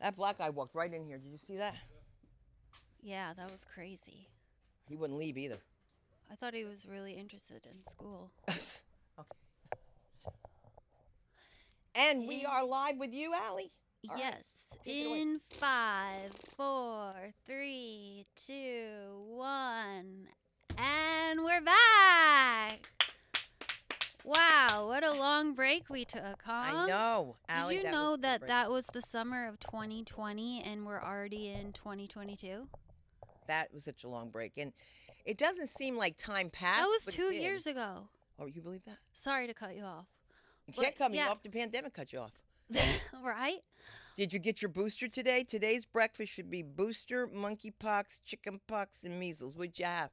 That black guy walked right in here. Did you see that? Yeah, that was crazy. He wouldn't leave either. I thought he was really interested in school. Okay. And we are live with you, Allie. All right. yes. Take it away. In five, four, three, two, one. And we're back. Wow, what a long break we took, huh? I know, Allie. Did you that was know the that break. that was the summer of 2020 and we're already in 2022? that was such a long break, and it doesn't seem like time passed. That was but it two did. years ago. Oh, you believe that? Sorry to cut you off. You But, can't cut me yeah. off. The pandemic cut you off. right? Did you get your booster today? Today's breakfast should be booster, monkeypox, chickenpox, and measles. What'd you have?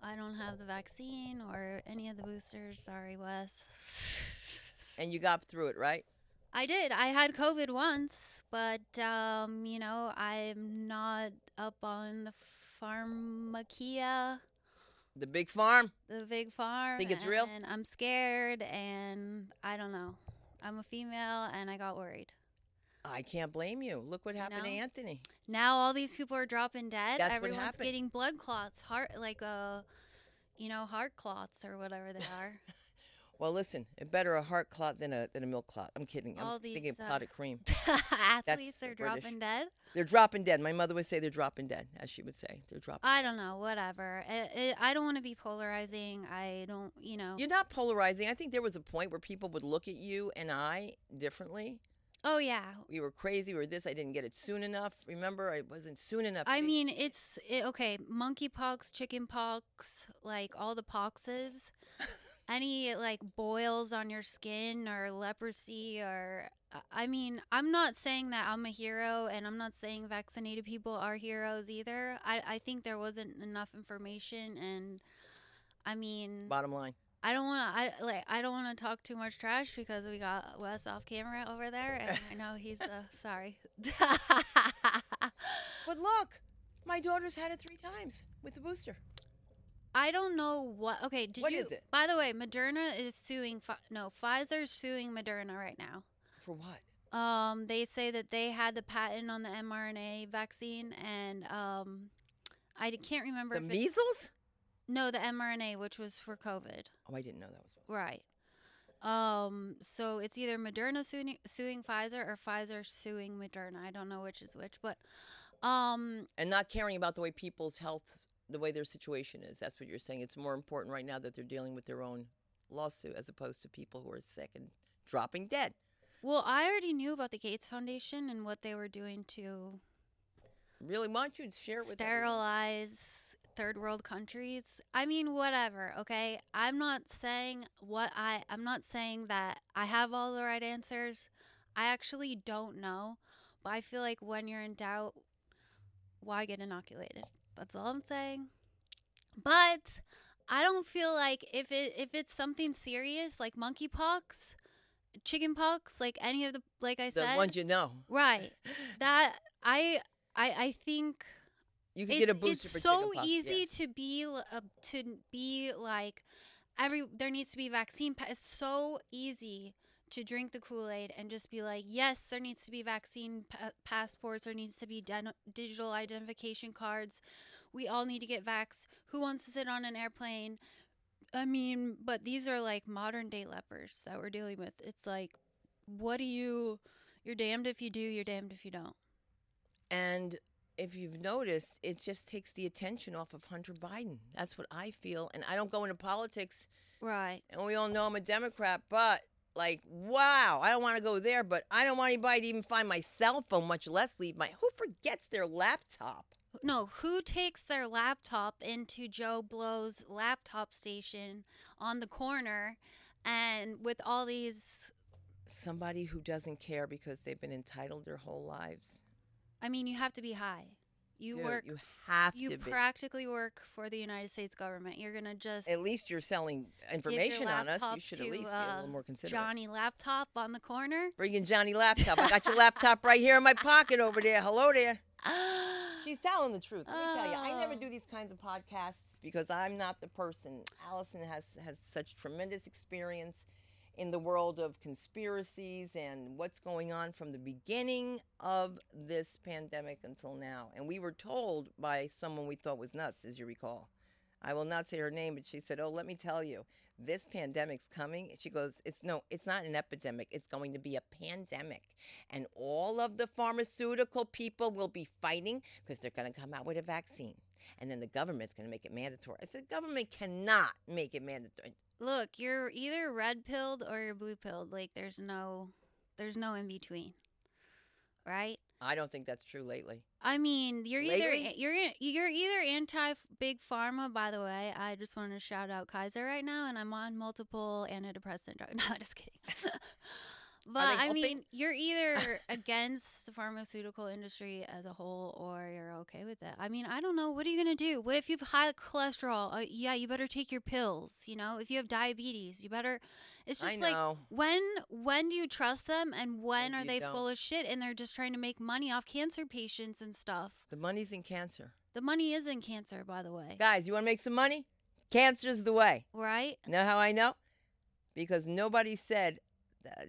I don't have the vaccine or any of the boosters. Sorry, Wes. And you got through it, right? I did. I had COVID once, but um, you know, I'm not up on the pharmacia, The big farm. the big farm. Think it's real? And I'm scared, and I don't know. I'm a female, and I got worried. I can't blame you. Look what happened to No. Anthony. Now all these people are dropping dead. That's what Everyone's happened. getting blood clots, heart like uh, you know, heart clots or whatever they are. Well, listen, it better a heart clot than a than a milk clot. I'm kidding. I'm All thinking these, of uh, clotted cream. Athletes the are British. dropping dead. They're dropping dead. My mother would say they're dropping dead, as she would say. They're dropping. I don't know, whatever. It, it, I don't want to be polarizing. I don't, you know. You're not polarizing. I think there was a point where people would look at you and I differently. oh yeah. We were crazy. We were this. I didn't get it soon enough. Remember, I wasn't soon enough. I It- mean, it's it, okay. Monkeypox, chickenpox, like all the poxes, any like boils on your skin or leprosy or. I- I mean, I'm not saying that I'm a hero, and I'm not saying vaccinated people are heroes either. I I think there wasn't enough information, and I mean, bottom line. I don't want to. I like. I don't want to talk too much trash because we got Wes off camera over there, and I know he's uh, sorry. But look, my daughter's had it three times with the booster. I don't know what. Okay, did What you? is it? By the way, Moderna is suing. Pfi- No, Pfizer's suing Moderna right now. For what? Um, they say that they had the patent on the mRNA vaccine, and um, I d- can't remember The if it's- measles? no the mRNA, which was for COVID. Oh, I didn't know that was. Right. Um, so it's either Moderna suing, suing Pfizer or Pfizer suing Moderna. I don't know which is which, but um, And not caring about the way people's health, the way their situation is. That's what you're saying. It's more important right now that they're dealing with their own lawsuit as opposed to people who are sick and dropping dead. well, I already knew about the Gates Foundation and what they were doing to Really, why don't you share it with everyone? sterilize third world countries. I mean, whatever, okay? I'm not saying what I I'm not saying that I have all the right answers. I actually don't know, but I feel like when you're in doubt, why get inoculated? That's all I'm saying. But I don't feel like if it if it's something serious like monkeypox, chickenpox, like any of the like I The said, ones you know. right? That I I I think You can get a it's- booster It's for so chickenpox, yeah. easy to be l- uh, to be like every there needs to be vaccine. pa- It's so easy to drink the Kool Aid and just be like, yes, there needs to be vaccine pa- passports. There needs to be den- digital identification cards. We all need to get vaxxed. Who wants to sit on an airplane? I mean, but these are like modern day lepers that we're dealing with. It's like, what do you? You're damned if you do. You're damned if you don't. And if you've noticed, it just takes the attention off of Hunter Biden. That's what I feel. And I don't go into politics, Right. and we all know I'm a Democrat, but like, wow, I don't want to go there, but I don't want anybody to even find my cell phone, much less leave my. Who forgets their laptop? No, who takes their laptop into Joe Blow's laptop station on the corner and with all these Somebody who doesn't care because they've been entitled their whole lives. I mean, you have to be high. You Dude, work You have you to be. practically work for the United States government. You're going to just At least you're selling give your information on us. You laptop should at to, least be a uh, little more considerate. Johnny laptop on the corner? Bringing Johnny laptop. I got your laptop right here in my pocket over there. Hello there. She's telling the truth. Let me tell you, I never Oh. do these kinds of podcasts because I'm not the person. Allison has has such tremendous experience in the world of conspiracies and what's going on from the beginning of this pandemic until now. And we were told by someone we thought was nuts, as you recall. I will not say her name, but she said, "Oh, let me tell you, this pandemic's coming." She goes, "It's no, it's not an epidemic. It's going to be a pandemic, and all of the pharmaceutical people will be fighting because they're going to come out with a vaccine, and then the government's going to make it mandatory." I said, "Government cannot make it mandatory. Look, you're either red pilled or you're blue pilled. Like there's no, there's no in between, right? I don't think that's true lately." I mean, you're Lately? either you're you're either anti big pharma. By the way, I just want to shout out Kaiser right now, and I'm on multiple antidepressant drugs. No, just kidding. but Are they I helping? mean, you're either against the pharmaceutical industry as a whole, or you're okay with it. I mean, I don't know. What are you gonna do? What if you've high cholesterol? Uh, yeah, you better take your pills. You know, if you have diabetes, you better. It's I just like know. when when do you trust them and And when are you they don't. full of shit and they're just trying to make money off cancer patients and stuff? the money's in cancer, The money is in cancer, by the way. guys. You want to make some money? Cancer's the way. right? Know how I know? Because nobody said,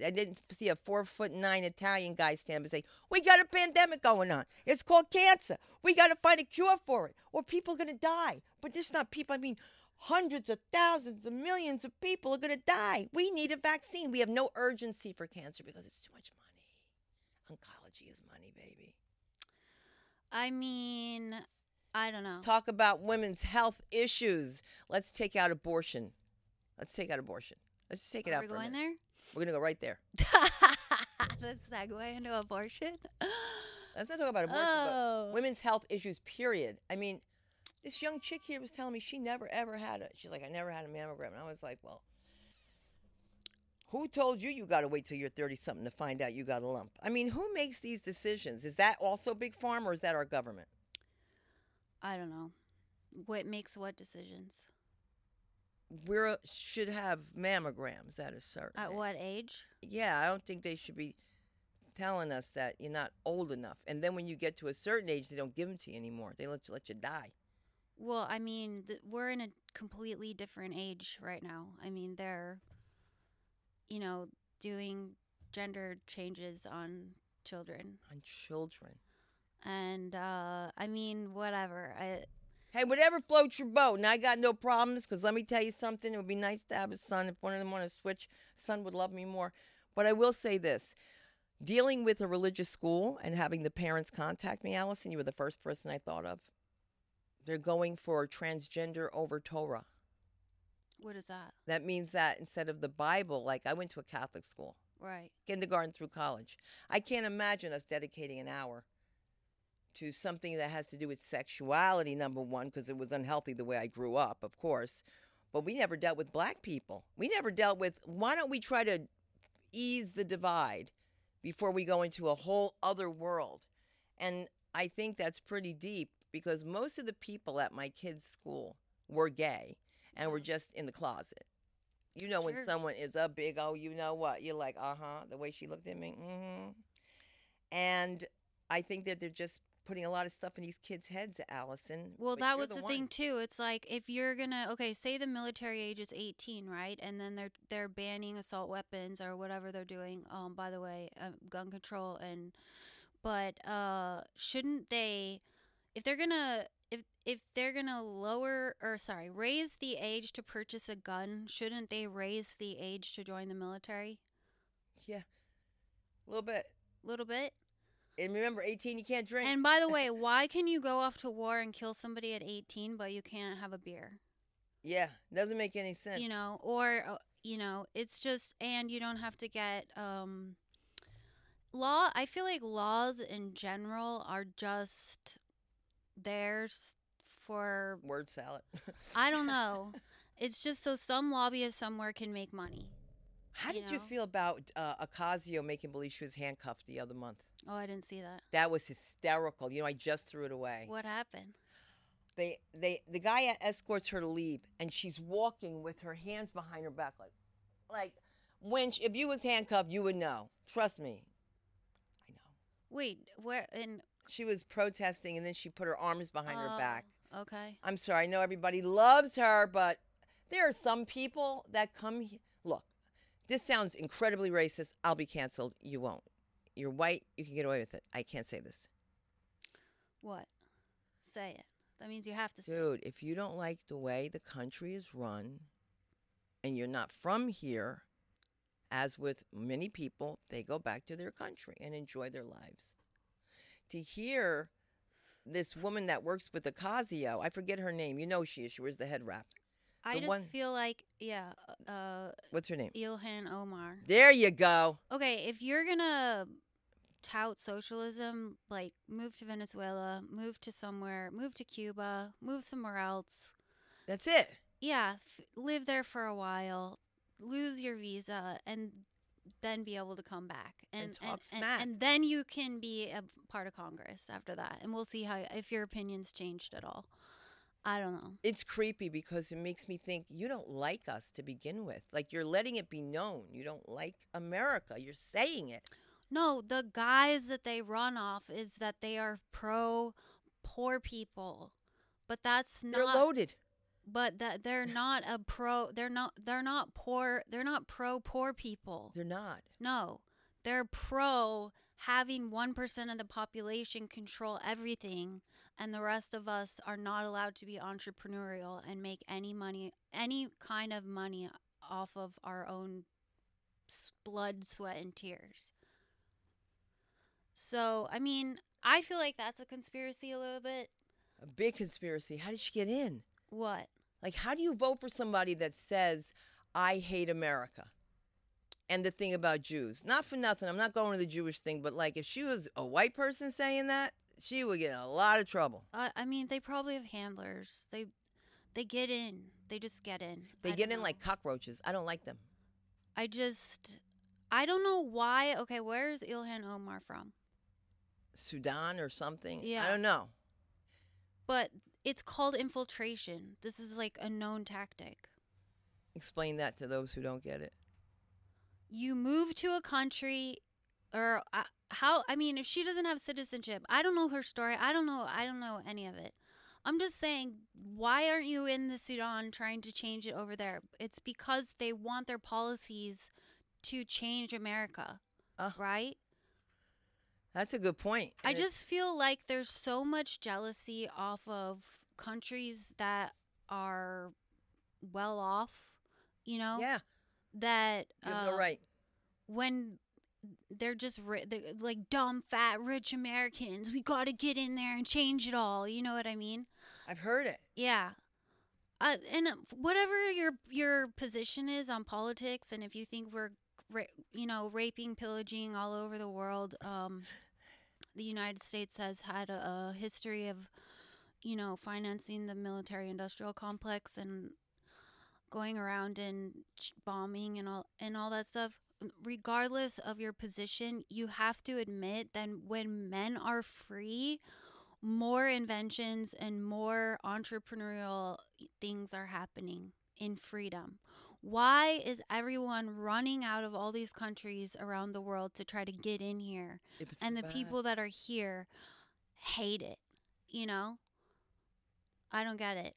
I didn't see a four foot nine Italian guy stand up and say, We got a pandemic going on. It's called cancer. We got to find a cure for it, or people are going to die. But this not people, I mean, hundreds of thousands of millions of people are going to die. We need a vaccine. We have no urgency for cancer because it's too much money. Oncology is money, baby. I mean, I don't know. Let's talk about women's health issues. Let's take out abortion. Let's take out abortion. Let's just take it Are out. we for a going minute. there? We're going to go right there. the segue into abortion. Let's not talk about abortion, Oh. but women's health issues, period. I mean, this young chick here was telling me she never ever had a she's like, I never had a mammogram. And I was like, Well, who told you you gotta wait till you're thirty something to find out you got a lump? I mean, who makes these decisions? Is that also big farm or is that our government? I don't know. What makes what decisions? We are should have mammograms, that is certain. At what age? Yeah, I don't think they should be telling us that you're not old enough. And then when you get to a certain age, they don't give them to you anymore. They let you let you die. Well, I mean, th- we're in a completely different age right now. I mean, they're, you know, doing gender changes on children. On children. And uh, I mean, whatever. I, Hey, whatever floats your boat. And I got no problems because let me tell you something. It would be nice to have a son. If one of them wanted to switch, son would love me more. But I will say this dealing with a religious school and having the parents contact me, Allison, you were the first person I thought of. They're going for transgender over Torah. what is that? That means that instead of the Bible, like I went to a Catholic school, Right. kindergarten through college. I can't imagine us dedicating an hour to something that has to do with sexuality, number one, because it was unhealthy the way I grew up, of course. But we never dealt with black people. We never dealt with why don't we try to ease the divide before we go into a whole other world? And I think that's pretty deep because most of the people at my kids' school were gay and were just in the closet. You know, when Sure. someone is a big, oh, you know what? You're like, uh huh, the way she looked at me. Mm-hmm. And I think that they're just putting a lot of stuff in these kids' heads, Allison. Well, but that you're was the, one. thing too. It's like if you're gonna okay, say the military age is 18, right? And then they're they're banning assault weapons or whatever they're doing. Um, by the way, um, gun control and but uh, shouldn't they, if they're gonna if if they're gonna lower or sorry raise the age to purchase a gun, shouldn't they raise the age to join the military Yeah, a little bit. a little bit? And remember, 18, you can't drink. And by the way, why can you go off to war and kill somebody at 18 but you can't have a beer? yeah, doesn't make any sense. you know or uh, you know it's just and you don't have to get um law i feel like laws in general are just theirs for word salad. i don't know it's just so some lobbyist somewhere can make money How you did you know? feel about uh, Ocasio making believe she was handcuffed the other month? oh i didn't see that That was hysterical. You know, I just threw it away. what happened They, they, the guy escorts her to leave, and she's walking with her hands behind her back, like, like, when if you was handcuffed, you would know. Trust me. I know. wait where in She was protesting, and then she put her arms behind her oh, back. okay I'm sorry. I know everybody loves her, but there are some people that come. he- Look, This sounds incredibly racist. I'll be canceled. You won't. You're white. You can get away with it. I can't say this. What? Say it. That means you have to say it. Dude, if you don't like the way the country is run and you're not from here, as with many people, they go back to their country and enjoy their lives. To hear this woman that works with Ocasio, I forget her name. You know she is. She wears the head wrap. I the just one- feel like, yeah, uh, What's her name? Ilhan Omar. There you go. Okay, if you're gonna tout socialism, like move to Venezuela, move to somewhere, move to Cuba, move somewhere else. That's it. Yeah, f- live there for a while, lose your visa, and then be able to come back And talk and, smack. and then you can be a part of Congress after that, and we'll see how if your opinions changed at all. I don't know. It's creepy because it makes me think you don't like us to begin with. Like you're letting it be known. You don't like America. You're saying it. No, the guys that they run off is that they are pro poor people. But that's They're not loaded. but that they're not a pro they're not they're not poor they're not pro poor people. They're not. No. They're pro having 1% of the population control everything and the rest of us are not allowed to be entrepreneurial and make any money any kind of money off of our own s- blood, sweat and tears. So, I mean, I feel like that's a conspiracy a little bit. A big conspiracy. How did she get in? What? Like, how do you vote for somebody that says, I hate America? And the thing about Jews, not for nothing, I'm not going to the Jewish thing, but like, if she was a white person saying that, she would get in a lot of trouble. I I mean, they probably have handlers. They they get in. They just get in. I They don't get in know. like cockroaches. I don't like them. I just I don't know why. Okay, where's Ilhan Omar from? Sudan or something. I Yeah. don't know. But it's called infiltration. This is like a known tactic. Explain that to those who don't get it. You move to a country or uh, how I mean, if she doesn't have citizenship, I don't know her story. I don't know I don't know any of it. I'm just saying, why aren't you in the Sudan trying to change it over there? It's because they want their policies to change America, Uh. right? That's a good point. I And it- just feel like there's so much jealousy off of countries that are well off, you know, yeah, that you have no uh, right. when they're just ri- they like dumb, fat, rich Americans, we got to get in there and change it all. You know what I mean? I've heard it. Yeah. Uh, and uh, whatever your your position is on politics, and if you think we're, ra- you know, raping, pillaging all over the world, um, the United States has had a, a history of, you know, financing the military-industrial complex and going around and ch- bombing and all and all that stuff. Regardless of your position, you have to admit that when men are free, more inventions and more entrepreneurial things are happening in freedom. Why is everyone running out of all these countries around the world to try to get in here? If it's And the bad. people that are here hate it, you know? I don't get it.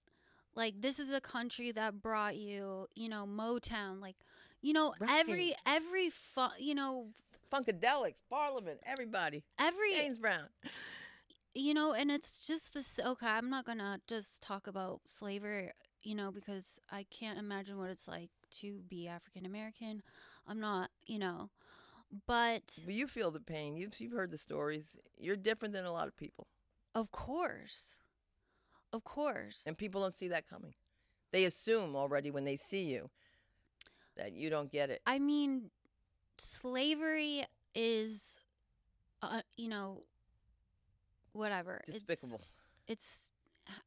Like this is a country that brought you, you know, Motown, like you know, every every fu- you know, Funkadelics, Parliament, everybody. every James Brown. you know and it's just this okay i'm not gonna just talk about slavery you know because i can't imagine what it's like to be african american i'm not you know but But you feel the pain. You've, you've heard the stories. You're different than a lot of people. of course of course And people don't see that coming. They assume already when they see you that you don't get it. I mean, slavery is, uh, you know, whatever. It's- Despicable. It's,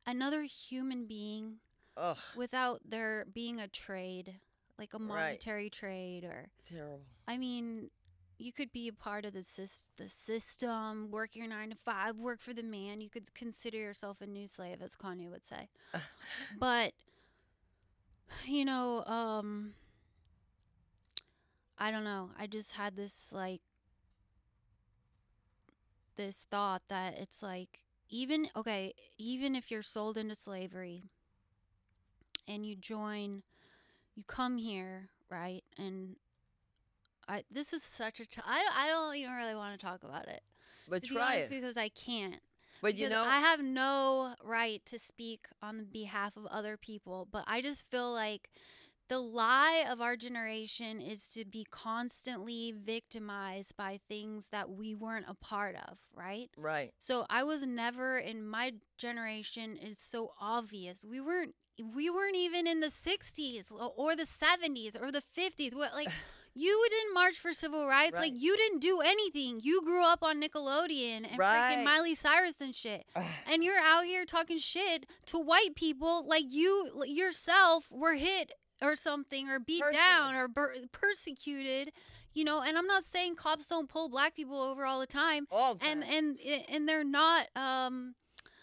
another human being Ugh, without there being a trade, like a Right. monetary trade or. terrible. I mean, you could be a part of the sys- the system, work your nine to five, work for the man. You could consider yourself a new slave, as Kanye would say. but you know, um, I don't know. I just had this like this thought that it's like even okay, even if you're sold into slavery and you join, you come here, right, and I, this is such a. T- I I don't even really want to talk about it. But to be try honest, it. because I can't. But you Because know, I have no right to speak on behalf of other people, but I just feel like the lie of our generation is to be constantly victimized by things that we weren't a part of, right? right. So I was never in my generation is so obvious. We weren't we weren't even in the 60s or the 70s or the 50s. What like you didn't march for civil rights. Right. Like you didn't do anything. You grew up on Nickelodeon and Right. freaking Miley Cyrus and shit. And you're out here talking shit to white people like you yourself were hit or something or beat Personally. down or per- persecuted, you know, and I'm not saying cops don't pull black people over all the time All the and time. and eh, and they're not um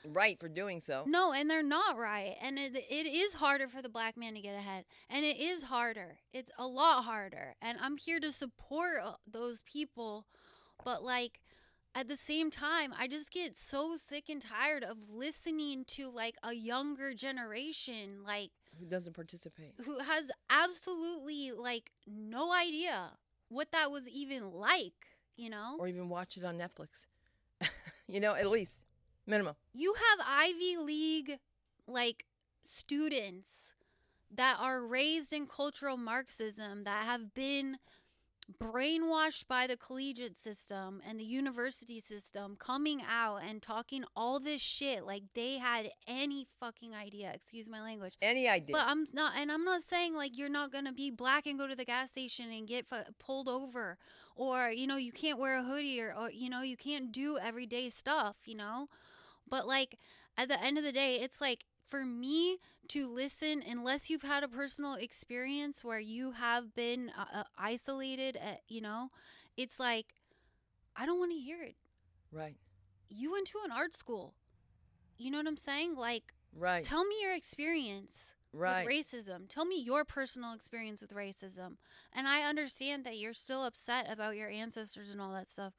right for doing so. no and they're not right and it, it is harder for the black man to get ahead and it is harder it's a lot harder and i'm here to support uh, those people but like at the same time i just get so sick and tired of listening to like a younger generation like Who doesn't participate? who has absolutely like no idea what that was even like you know Or even watch it on Netflix. you know, at least minimum. you have Ivy League like students that are raised in cultural Marxism that have been brainwashed by the collegiate system and the university system coming out and talking all this shit like they had any fucking idea excuse my language Any idea. but I'm not, and I'm not saying like you're not gonna be black and go to the gas station and get fu- pulled over, or you know you can't wear a hoodie or, or you know you can't do everyday stuff, you know. But like at the end of the day, it's like for me to listen, unless you've had a personal experience where you have been uh, uh, isolated, uh, you know, it's like I don't want to hear it. right. You went to an art school, you know what I'm saying? Like Right. tell me your experience right. with racism. Tell me your personal experience with racism. And I understand that you're still upset about your ancestors and all that stuff.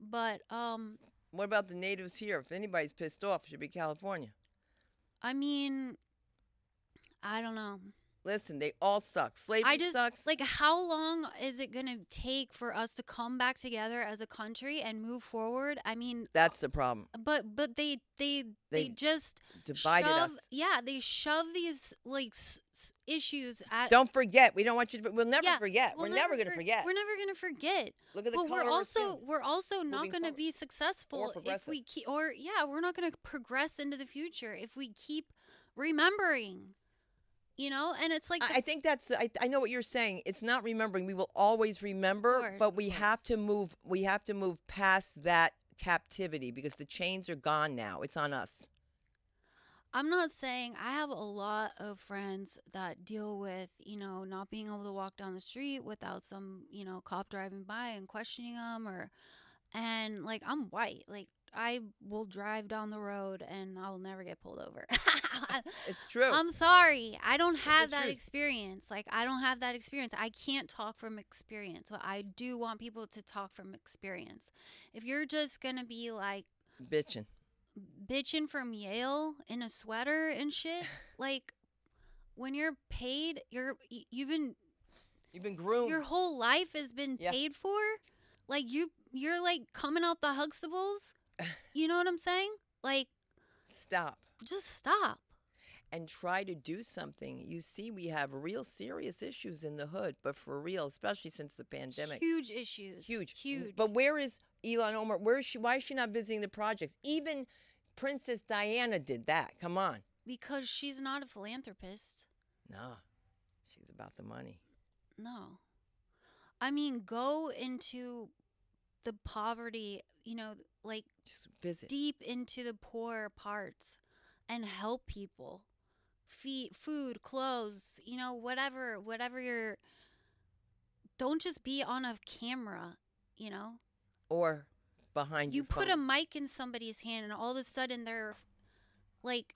But um What about the natives here? If anybody's pissed off, it should be California. I mean I don't know. Listen, they all suck. Slavery I just sucks. like how long is it going to take for us to come back together as a country and move forward? I mean, That's the problem. but but they they they, They just Divided shove, us. Yeah, they shove these like s- s- issues at Don't forget. We don't want you to. We'll never Yeah, forget. we'll We're never, going to for- forget. We're never going to forget. Look at the but color. we're of our also skin. we're also not moving going to forward. be successful if progressive. we keep or yeah we're not going to progress into the future if we keep remembering you know and it's like I, I think that's. The, I, I know what you're saying. It's not remembering. We will always remember, course, but of we course. have to move. We have to move past that captivity because the chains are gone now. It's on us. I'm not saying I have a lot of friends that deal with, you know, not being able to walk down the street without some, you know, cop driving by and questioning them or and like I'm white. Like I will drive down the road and I'll never get pulled over. It's true. I'm sorry. I don't have the that truth. experience. Like I don't have that experience. I can't talk from experience, but I do want people to talk from experience. If you're just going to be like Bitching. bitching from Yale in a sweater and shit. Like when you're paid, you're y- you've been You've been groomed. your whole life has been Yeah. paid for. Like you you're like coming out the Huxtables. You know what I'm saying? Like Stop just stop. and try to do something. You see, we have real serious issues in the hood, but for real, especially since the pandemic. Huge issues. huge, Huge. But where is Elon Omar? Where is she? Why is she not visiting the projects? Even Princess Diana did that. Come on, because she's not a philanthropist. nah, she's about the money. No. I mean, go into the poverty, you know, like Just visit. deep into the poor parts and help people feed food clothes you know whatever whatever you're don't just be on a camera you know or behind you you. put a mic in somebody's hand and all of a sudden they're like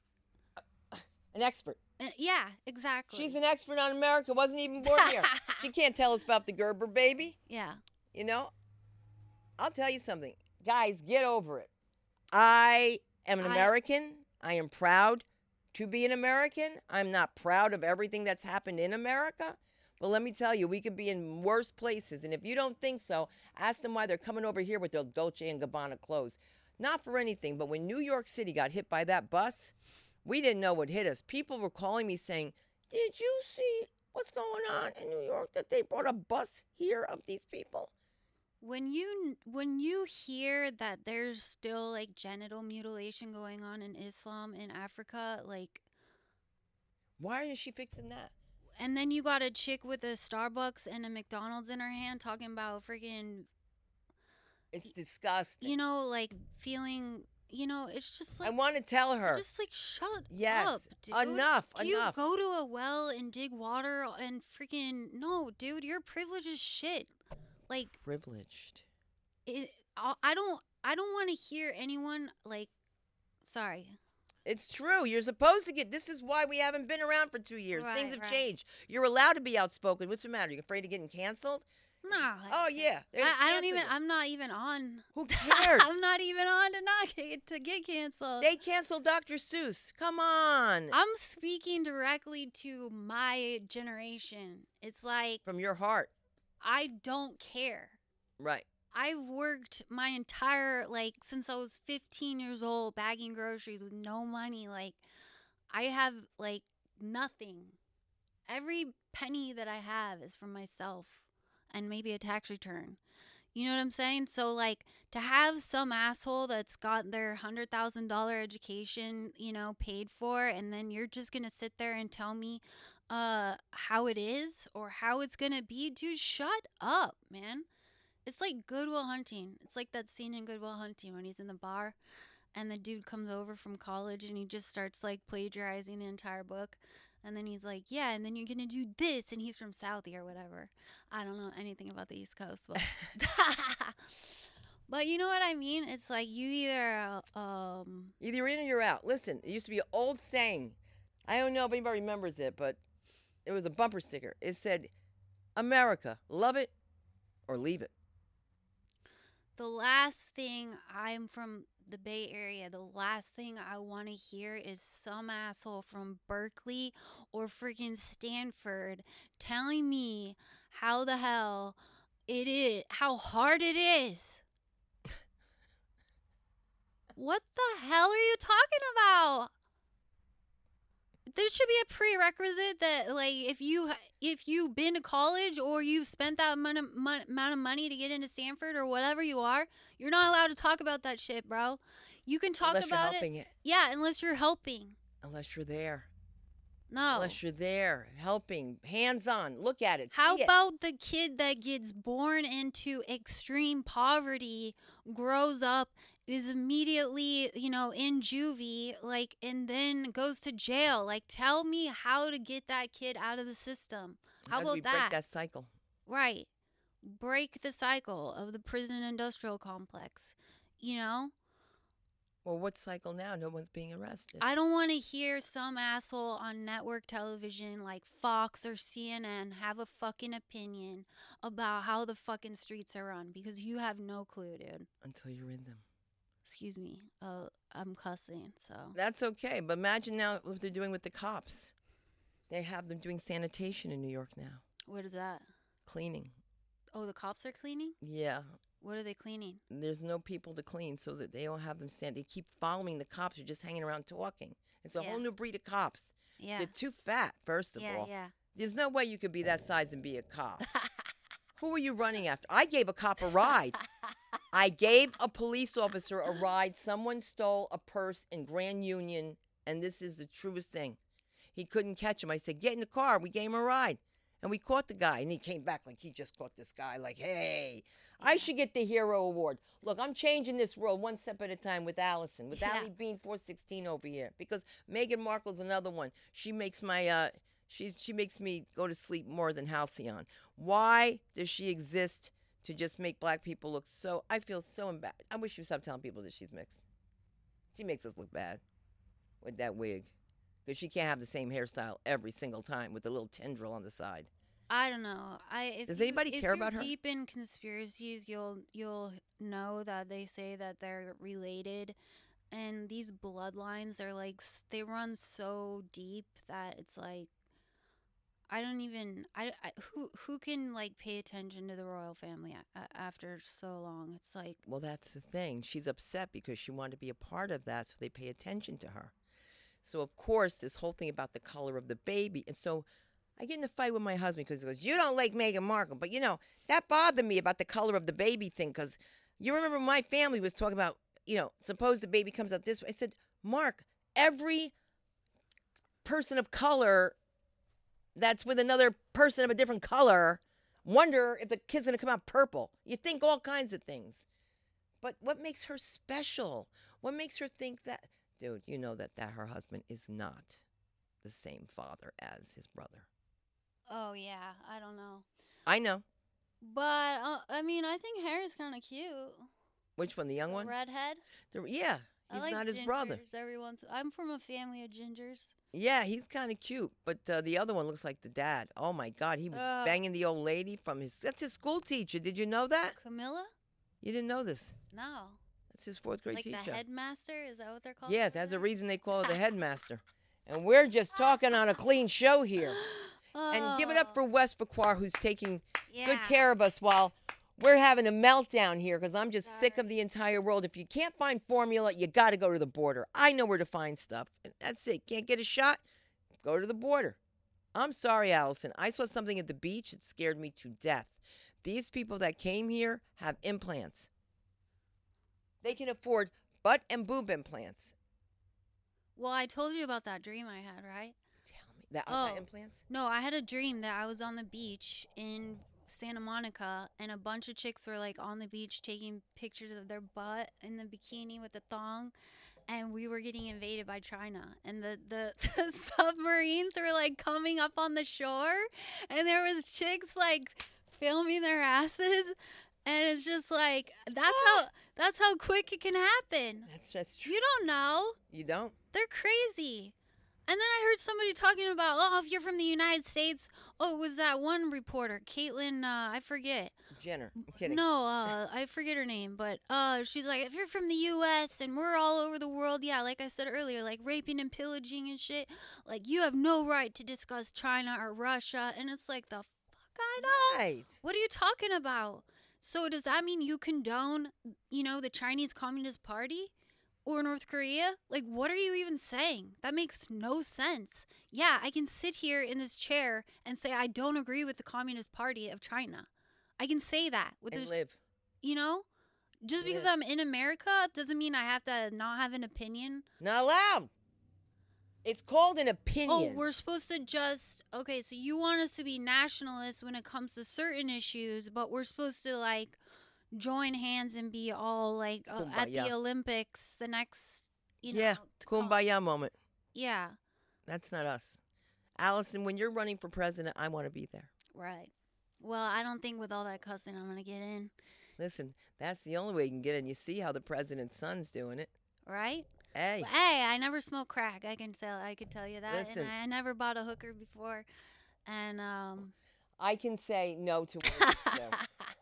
an expert. uh, yeah exactly She's an expert on America. Wasn't even born here. she can't tell us about the Gerber baby. yeah You know, I'll tell you something, guys. Get over it. I am an I- American. I am proud to be an American. I'm not proud of everything that's happened in America, But let me tell you, we could be in worse places. And if you don't think so, ask them why they're coming over here with their Dolce and Gabbana clothes. Not for anything, but when New York City got hit by that bus, we didn't know what hit us. People were calling me saying, Did you see what's going on in New York that they brought a bus here of these people? When you when you hear that there's still like genital mutilation going on in Islam in Africa, like Why is she fixing that? and then you got a chick with a Starbucks and a McDonald's in her hand talking about freaking It's disgusting. you know like feeling you know it's just I like want to tell her. just like shut Yes. up dude. Enough, do you enough. go to a well and dig water and freaking no dude your privilege is shit like Privileged. it, I I don't I don't want to hear anyone like sorry It's true. You're supposed to get. This is why we haven't been around for two years. Right, Things have right. changed. You're allowed to be outspoken. What's the matter? You afraid of getting canceled? nah Oh yeah. They're gonna I, I don't cancel even you. I'm not even on Who cares? I'm not even on to not get to get canceled they canceled Dr. Seuss. Come on. I'm speaking directly to my generation it's like From your heart. I don't care Right. I've worked my entire like since I was 15 years old bagging groceries with no money. Like I have like nothing. Every penny that I have is for myself and maybe a tax return. You know what I'm saying? So like to have some asshole that's got their $100,000 education, you know, paid for and then you're just going to sit there and tell me uh how it is or how it's going to be, dude, shut up, man. It's like Goodwill Hunting. It's like that scene in Goodwill Hunting when he's in the bar and the dude comes over from college and he just starts like plagiarizing the entire book. And then he's like, Yeah, and then you're going to do this. And he's from Southie or whatever. I don't know anything about the East Coast, but. But you know what I mean? It's like you either uh, um Either you're in or you're out. Listen, it used to be an old saying. I don't know if anybody remembers it, but it was a bumper sticker. It said, America, love it or leave it. the last thing I'm from the Bay Area, the last thing I want to hear is some asshole from Berkeley or freaking Stanford telling me how the hell it is, how hard it is. what the hell are you talking about? There should be a prerequisite that like if you if you've been to college or you've spent that amount of, mon- amount of money to get into Stanford or whatever you are, you're not allowed to talk about that shit, bro. You can talk Unless about you're helping it. yeah, unless you're helping. Unless you're there. No. Unless you're there, helping, hands on. Look at it. How see it. about the kid that gets born into extreme poverty, grows up, is immediately, you know, in juvie, like, and then goes to jail? Like, tell me how to get that kid out of the system. How, do about we that? break that cycle? Right. Break the cycle of the prison industrial complex. You know, Well, what cycle now? No one's being arrested. I don't want to hear some asshole on network television like Fox or CNN have a fucking opinion about how the fucking streets are run because you have no clue, dude. Until you're in them. Excuse me. Uh, I'm cussing, so. That's okay. But imagine now what they're doing with the cops. They have them doing sanitation in New York now, What is that? cleaning. Oh, the cops are cleaning? Yeah. What are they cleaning? There's no people to clean, so that they don't have them stand. They keep following the cops who are just hanging around talking. It's a Yeah. whole new breed of cops. Yeah. They're too fat, first of yeah, all. yeah. There's no way you could be that size and be a cop. Who are you running after? I gave a cop a ride. I gave a police officer a ride. Someone stole a purse in Grand Union, and this is the truest thing. He couldn't catch him. I said, Get in the car. We gave him a ride. And we caught the guy, and he came back like he just caught this guy, like, Hey, I should get the Hero Award. Look, I'm changing this world one step at a time with Allison, with Yeah. Allie Bean 416 over here, because Meghan Markle's another one. She makes my, uh, She's, she makes me go to sleep more than Halcyon. Why does she exist to just make black people look so? I feel so embarrassed. I wish you would stop telling people that she's mixed. She makes us look bad with that wig because she can't have the same hairstyle every single time with the little tendril on the side. I don't know. I if Does you- anybody if care you're about her? Deep in conspiracies, you'll you'll know that they say that they're related, and these bloodlines are like s- they run so deep that it's like I don't even I, I who who can like pay attention to the royal family a, a- after so long. It's like Well, that's the thing. She's upset because she wanted to be a part of that, so they pay attention to her. So, of course, this whole thing about the color of the baby. And so I get in a fight with my husband because he goes, You don't like Meghan Markle. But, you know, that bothered me about the color of the baby thing because you remember my family was talking about, you know, suppose the baby comes out this way. I said, Mark, every person of color that's with another person of a different color wonder if the kid's going to come out purple. You think all kinds of things. But what makes her special? What makes her think that, dude? You know that that her husband is not the same father as his brother. oh yeah, I don't know. I know But uh, I mean, I think Harry's kind of cute. which one, the young The one. redhead. The- yeah, I he's like not his brother. gingers Every once, I'm from a family of gingers. Yeah, he's kind of cute, but uh, the other one looks like the dad. Oh my God, he was Ugh. banging the old lady from his. That's his school teacher. Did you know that? Camilla? You didn't know this. No, That's his fourth grade like teacher. the headmaster. Is that what they're called? yeah, over that's the there? reason they call her the headmaster. And we're just talking on a clean show here. And give it up Oh, for West Vaquar, who's taking good yeah. care of us while we're having a meltdown here because I'm just sick of Sorry. the entire world. If you can't find formula, you got to go to the border. I know where to find stuff. And That's it. Can't get a shot? Go to the border. I'm sorry, Allison. I saw something at the beach that scared me to death. These people that came here have implants. They can afford butt and boob implants. Well, I told you about that dream I had, right? Tell me that are that Oh. implants? No, I had a dream that I was on the beach in Santa Monica and a bunch of chicks were like on the beach taking pictures of their butt in the bikini with the thong and we were getting invaded by China and the, the, the submarines were like coming up on the shore and there was chicks like filming their asses and it's just like that's how that's how quick it can happen. That's that's true. You don't know. You don't? They're crazy. And then I heard somebody talking about, oh, if you're from the United States, oh, it was that one reporter, Caitlin, uh, I forget. Jenner. I'm kidding. No, uh, I forget her name, but uh, she's like, if you're from the U.S. and we're all over the world, yeah, like I said earlier, like raping and pillaging and shit, like you have no right to discuss China or Russia. And it's like, the fuck I know. Right. What are you talking about? So does that mean you condone, you know, the Chinese Communist Party or North Korea? Like what are you even saying? That makes no sense. Yeah, I can sit here in this chair and say I don't agree with the Communist Party of China. I can say that with And this, live. you know? Just because Yeah. I'm in America doesn't mean I have to not have an opinion. Not allowed. It's called an opinion. Oh, we're supposed to just okay. So you want us to be nationalists when it comes to certain issues, but we're supposed to like join hands and be all like uh, at the Kumbaya. Olympics the next, you know. Yeah, t- call- kumbaya moment. Yeah, That's not us. Allison, when you're running for president, I want to be there. right. Well, I don't think with all that cussing, I'm gonna get in, Listen, that's the only way you can get in. You see how the president's son's doing it. right? Hey, Well, hey, I never smoked crack. I can tell. I could tell you that. Listen. And I never bought a hooker before, and um. I can say no to one.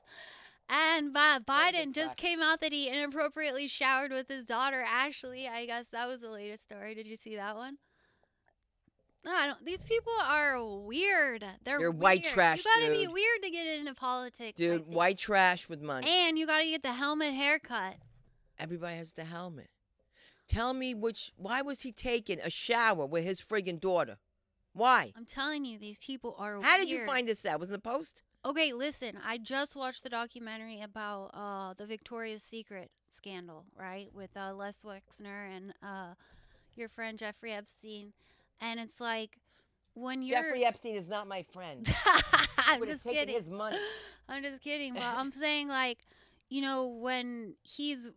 and Bi- That was Biden just crack. came out that he inappropriately showered with his daughter Ashley. I guess that was the latest story. Did you see that one? No, I don't. These people are weird. They're You're white weird. trash, You gotta be dude. weird to get into politics, I Dude, think. white trash with money. And you gotta get the helmet haircut. Everybody has the helmet. Tell me which why was he taking a shower with his friggin' daughter? Why? I'm telling you, these people are Oh, weird. How did you find this out? Was in the post? Okay, listen, I just watched the documentary about uh, the Victoria's Secret scandal, right? With uh, Les Wexner and uh, your friend Jeffrey Epstein. And it's like when you're. Jeffrey Epstein is not my friend. I'm Would have just taken kidding. his money. I'm just kidding. But I'm saying, like, you know, when he's.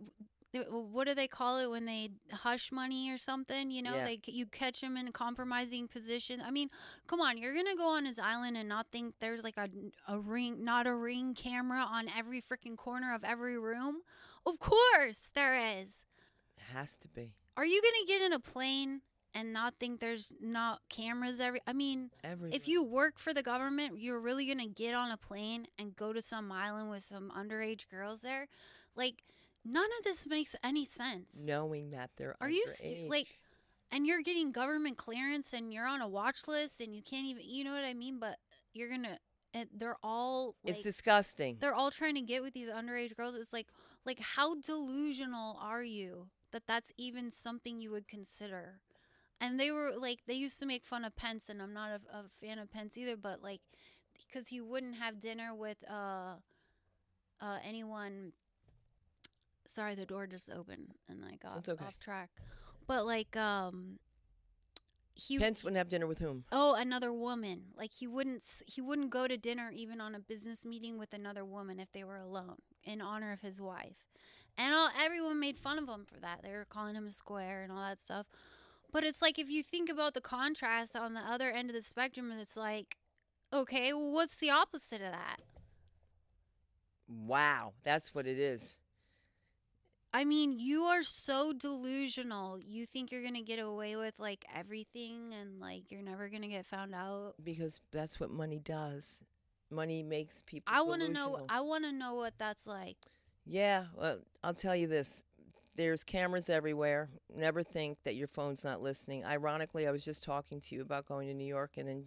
What do they call it when they hush money or something? You know, Yeah. like you catch him in a compromising position. I mean, come on, you're gonna go on his island and not think there's like a, a ring, not a ring camera on every freaking corner of every room? Of course there is. Has to be. Are you gonna get in a plane and not think there's not cameras every? I mean, Every if you work for the government, you're really gonna get on a plane and go to some island with some underage girls there. Like, none of this makes any sense. knowing that they're Are you underage. stu- like? and you're getting government clearance and you're on a watch list and you can't even you know what I mean but you're going to and they're all like, it's disgusting. they're all trying to get with these underage girls it's like like how delusional are you that that's even something you would consider and they were like they used to make fun of pence and i'm not a, a fan of pence either but like because he wouldn't have dinner with uh uh anyone sorry the door just opened and i got It's okay. off track but like um he Pence wouldn't have dinner with whom? Oh, another woman. Like he wouldn't s- he wouldn't go to dinner even on a business meeting with another woman if they were alone in honor of his wife. And all everyone made fun of him for that. They were calling him a square and all that stuff. But it's like if you think about the contrast on the other end of the spectrum, it's like okay, well, what's the opposite of that? Wow, that's what it is. I mean, you are so delusional. You think you're going to get away with like everything and like you're never going to get found out. Because that's what money does. Money makes people. I want to know delusional. I want to know what that's like. Yeah, well, I'll tell you this. There's cameras everywhere. Never think that your phone's not listening. Ironically, I was just talking to you about going to New York and then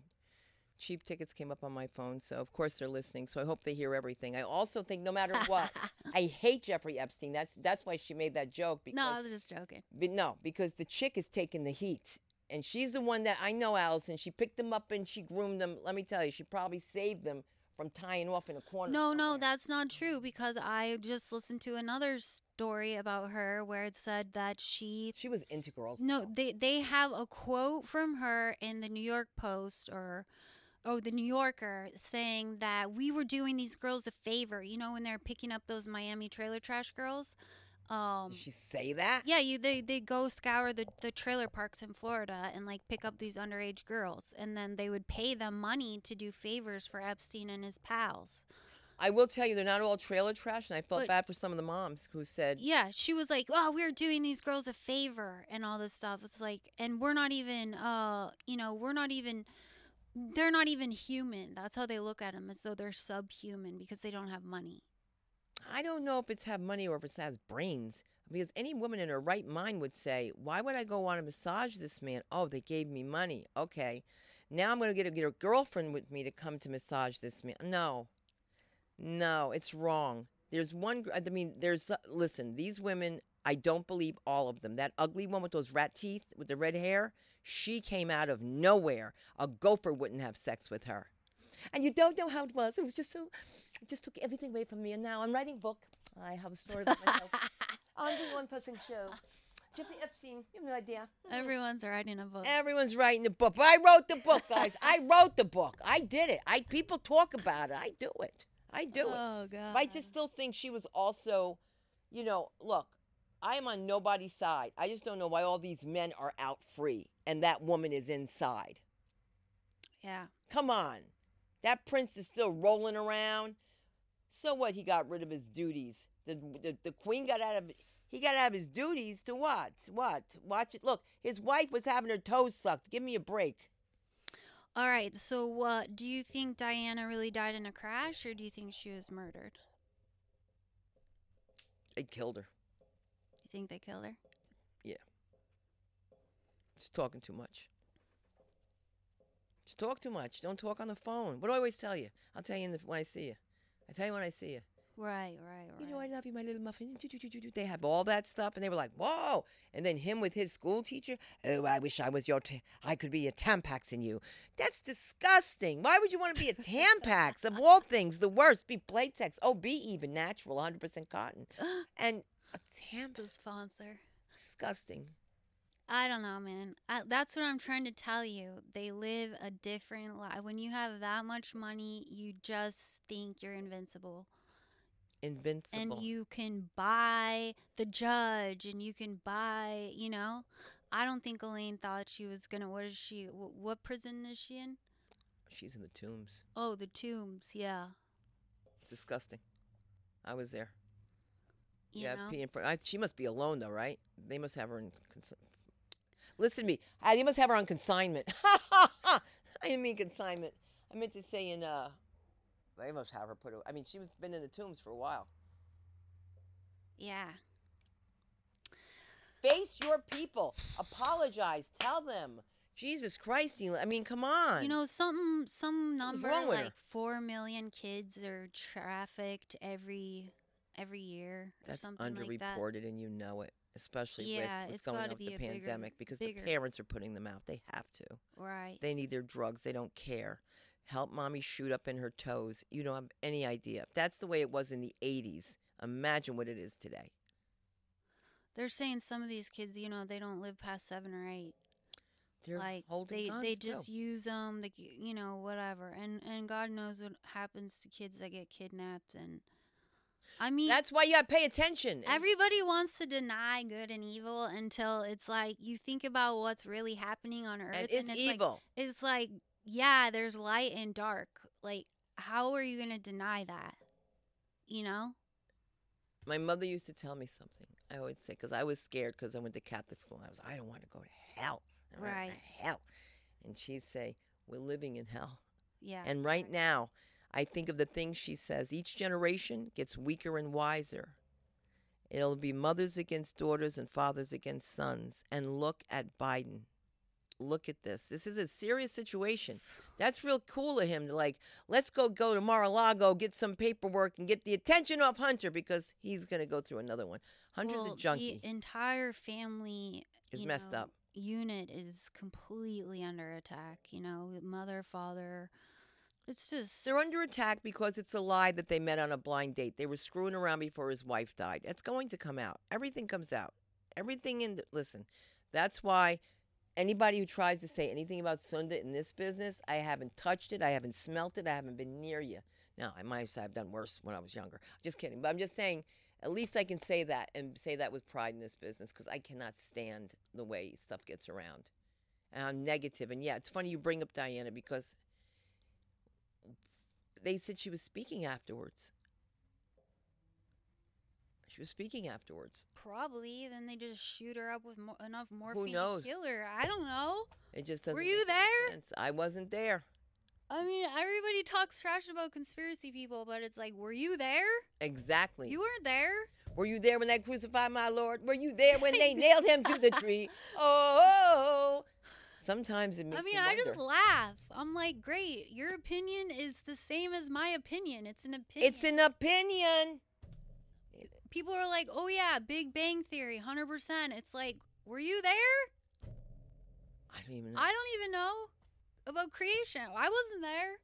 cheap tickets came up on my phone. So, of course, they're listening. So, I hope they hear everything. I also think no matter what, I hate Jeffrey Epstein. That's that's why she made that joke because no, I was just joking. But no, because the chick is taking the heat. And she's the one that I know, Allison. She picked them up and she groomed them. Let me tell you, she probably saved them from tying off in a corner. No, no, somewhere. that's not Mm-hmm. true because I just listened to another story about her where it said that she She was into girls. No, though. they they have a quote from her in the New York Post or oh, the New Yorker saying that we were doing these girls a favor, you know, when they're picking up those Miami trailer trash girls. Um Did she say that? yeah, you they, they go scour the, the trailer parks in Florida and like pick up these underage girls and then they would pay them money to do favors for Epstein and his pals. I will tell you, they're not all trailer trash, and I felt But- bad for some of the moms who said, Yeah, she was like, "Oh, we're doing these girls a favor and all this stuff." It's like, and we're not even, uh, you know, we're not even. They're not even human. That's how they look at them, as though they're subhuman because they don't have money. I don't know if it's have money or if it has brains. Because any woman in her right mind would say, Why would I go on a massage this man? Oh, they gave me money. Okay. Now I'm going to get a, get a girlfriend with me to come to massage this man. No. No, it's wrong. There's one, gr- I mean, there's, uh, listen, these women, I don't believe all of them. That ugly one with those rat teeth, with the red hair, she came out of nowhere. A gopher wouldn't have sex with her. And you don't know how it was. It was just so, it just took everything away from me. And now I'm writing a book. I have a story about myself. I'm doing one person show. Jeffrey Epstein, you have no idea. Everyone's writing a book. Everyone's writing the book. But I wrote the book, guys. I wrote the book. I did it. I people talk about it. I do it. I do it. Oh God! But I just still think she was also, you know, look, I am on nobody's side. I just don't know why all these men are out free and that woman is inside. yeah. Come on. That prince is still rolling around. So what? He got rid of his duties. The, the, the queen got out of he got out of his duties to what? What? Watch it. Look, his wife was having her toes sucked. Give me a break. All right. So, uh, do you think Diana really died in a crash, or do you think she was murdered? They killed her. You think they killed her? She's talking too much. Just talk too much. Don't talk on the phone. What do I always tell you? I'll tell you in the, when I see you. I tell you when I see you. Right. Right. Right. You know I love you, my little muffin. They have all that stuff, and they were like, "Whoa!" And then him with his school teacher. Oh, I wish I was your. T- I could be a Tampax in you. That's disgusting. Why would you want to be a Tampax of all things? The worst. Be Playtex. Oh, be even natural, 100% cotton, and a Tampax. the sponsor. Disgusting. I don't know, man. I, that's what I'm trying to tell you. They live a different life. When you have that much money, you just think you're invincible. Invincible. And you can buy the judge and you can buy, you know. I don't think Elaine thought she was going to. What is she? What, what prison is she in? She's in the tombs. Oh, the tombs. Yeah. It's disgusting. I was there. You yeah, know? peeing for. I, she must be alone though, right? They must have her in. Cons- Listen to me. I, they must have her on consignment. I didn't mean consignment. I meant to say in. uh They must have her put. a- I mean, she was been in the tombs for a while. Yeah. Face your people. Apologize. Tell them. Jesus Christ, Elon. I mean, come on. You know, some some number wrong with her? like four million kids are trafficked every every year or that's something like that. underreported, and you know it, especially Yeah, with what's it's going on gotta with the be a bigger- pandemic, because bigger- the parents are putting them out. They have to. Right. They need their drugs. They don't care. Help mommy shoot up in her toes. You don't have any idea. If that's the way it was in the 80s, imagine what it is today. They're saying some of these kids, you know, they don't live past seven or eight. They're like holding they guns, they too. just use them, like y- you know, whatever. And and God knows what happens to kids that get kidnapped. And I mean, That's why you got to pay attention. and- Everybody wants to deny good and evil until it's like you think about what's really happening on earth and it's, it's Like, evil. it's like, yeah, there's light and dark. Like, how are you going to deny that? You know? My mother used to tell me something. I always say because I was scared because I went to Catholic school. And I was I don't want to go to hell. I don't wanna go to Right. hell. And she'd say, "We're living in hell." Yeah. And right exact- now, I think of the things she says. Each generation gets weaker and wiser. It'll be mothers against daughters and fathers against sons. And look at Biden. Look at this. This is a serious situation. That's real cool of him to like, let's go go to Mar-a-Lago, get some paperwork and get the attention off Hunter because he's going to go through another one. Hunter's Well, a junkie. The entire family It's you messed know, up. Unit is completely under attack. You know, mother, father. It's just. They're under attack because it's a lie that they met on a blind date. They were screwing around before his wife died. It's going to come out. Everything comes out. Everything in. Listen, that's why anybody who tries to say anything about Sunda in this business, I haven't touched it. I haven't smelt it. I haven't been near you. Now, I might say I've done worse when I was younger. Just kidding. But I'm just saying, at least I can say that and say that with pride in this business because I cannot stand the way stuff gets around. And I'm negative. And yeah, it's funny you bring up Diana because they said she was speaking afterwards. She was speaking afterwards. Probably. Then they just shoot her up with mo- enough morphine knows? to kill her. I don't know. It just doesn't. Were you make any there? sense. I wasn't there. I mean, everybody talks trash about conspiracy people, but it's like, were you there? Exactly. You weren't there. Were you there when they crucified my Lord? Were you there when they nailed him to the tree? Oh. Sometimes it makes I mean, me I wonder. just laugh. I'm like, great. Your opinion is the same as my opinion. It's an opinion. It's an opinion. people are like, oh yeah, Big Bang Theory, hundred percent. It's like, were you there? I don't even know. I don't even know about creation. I wasn't there.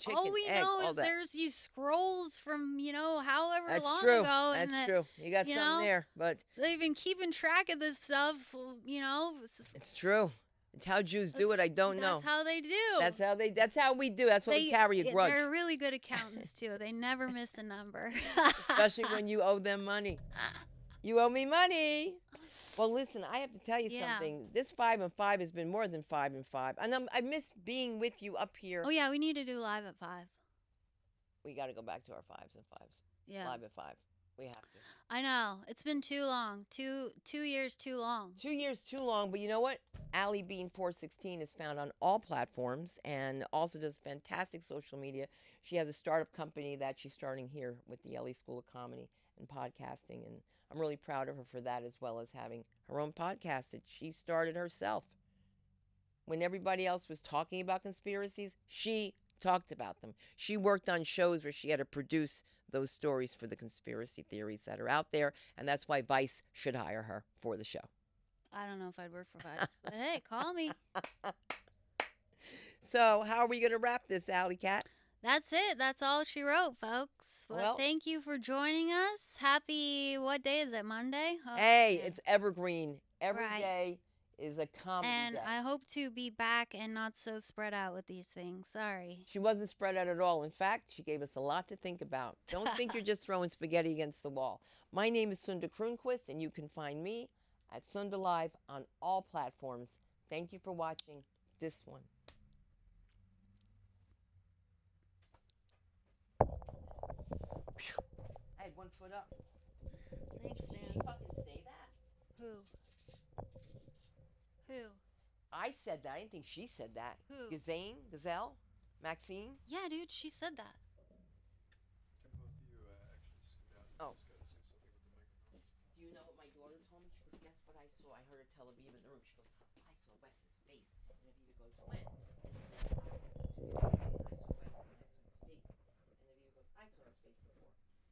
Chicken, all we egg, know all is that. there's these scrolls from you know however That's long true. ago, and That's that true. You got you something know? there, but they've been keeping track of this stuff. You know, s- it's true. It's how Jews do it. I don't know. That's how they do. that's how they. That's how we do. That's why we carry a yeah, grudge. They're really good accountants too. They never miss a number. especially when you owe them money. You owe me money. Well, listen, I have to tell you Yeah. something. This five and five has been more than five and five, and I'm, I miss being with you up here. oh yeah, we need to do live at five. We got to go back to our fives and fives. Yeah, Live at five. We have to. I know it's been too long. Two two years too long. Two years too long, but you know what? Allie Bean four sixteen is found on all platforms and also does fantastic social media. She has a startup company that she's starting here with the Ellie School of Comedy and podcasting, and I'm really proud of her for that, as well as having her own podcast that she started herself. When everybody else was talking about conspiracies, she talked about them. She worked on shows where she had to produce those stories for the conspiracy theories that are out there, and that's why Vice should hire her for the show. I don't know if I'd work for five, but hey, call me. So, how are we going to wrap this, Alley Cat? That's it. That's all she wrote, folks. Well, Well- thank you for joining us. Happy what day is it? Monday. Oh, hey, yeah. it's evergreen. Every day Right. is a comedy and day. I hope to be back and not so spread out with these things. Sorry. She wasn't spread out at all. In fact, she gave us a lot to think about. Don't think you're just throwing spaghetti against the wall. My name is Sunda Kroonquist, and you can find me at Sunda Live on all platforms. Thank you for watching this one. I had one foot up. Thanks, Did Dan. she fucking say that? Who? Who? I said that. I didn't think she said that. Who? Gazane? Gazelle? Maxine? Yeah, dude, she said that. Do you know what my daughter told me? She tell Aviva in the room. She goes, I saw Wes's face. And Aviva goes, when? And she goes, I saw Wes and I saw his face.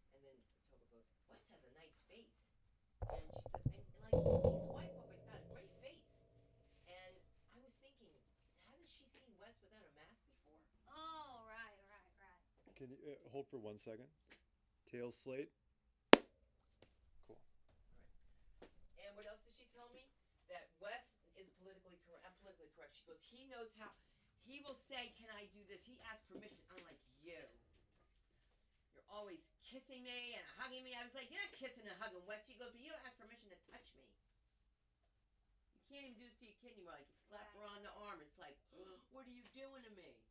And Aviva goes, I saw his face before. And then Toba goes, Wes has a nice face. And she said, and, and like, he's white, but he's got a great face. And I was thinking, hasn't she seen Wes without a mask before? Oh, right, right, right. Can you uh, hold for one second? Tail slate. Cool. And what else did she tell me? That Wes is politically correct. I'm politically correct. She goes, he knows how. He will say, "Can I do this?" He asks permission. I'm like, you. You're always kissing me and hugging me. I was like, you're not kissing and hugging Wes. She goes, but you don't ask permission to touch me. You can't even do this to your kid. And you were like, slap her on the arm. It's like, what are you doing to me?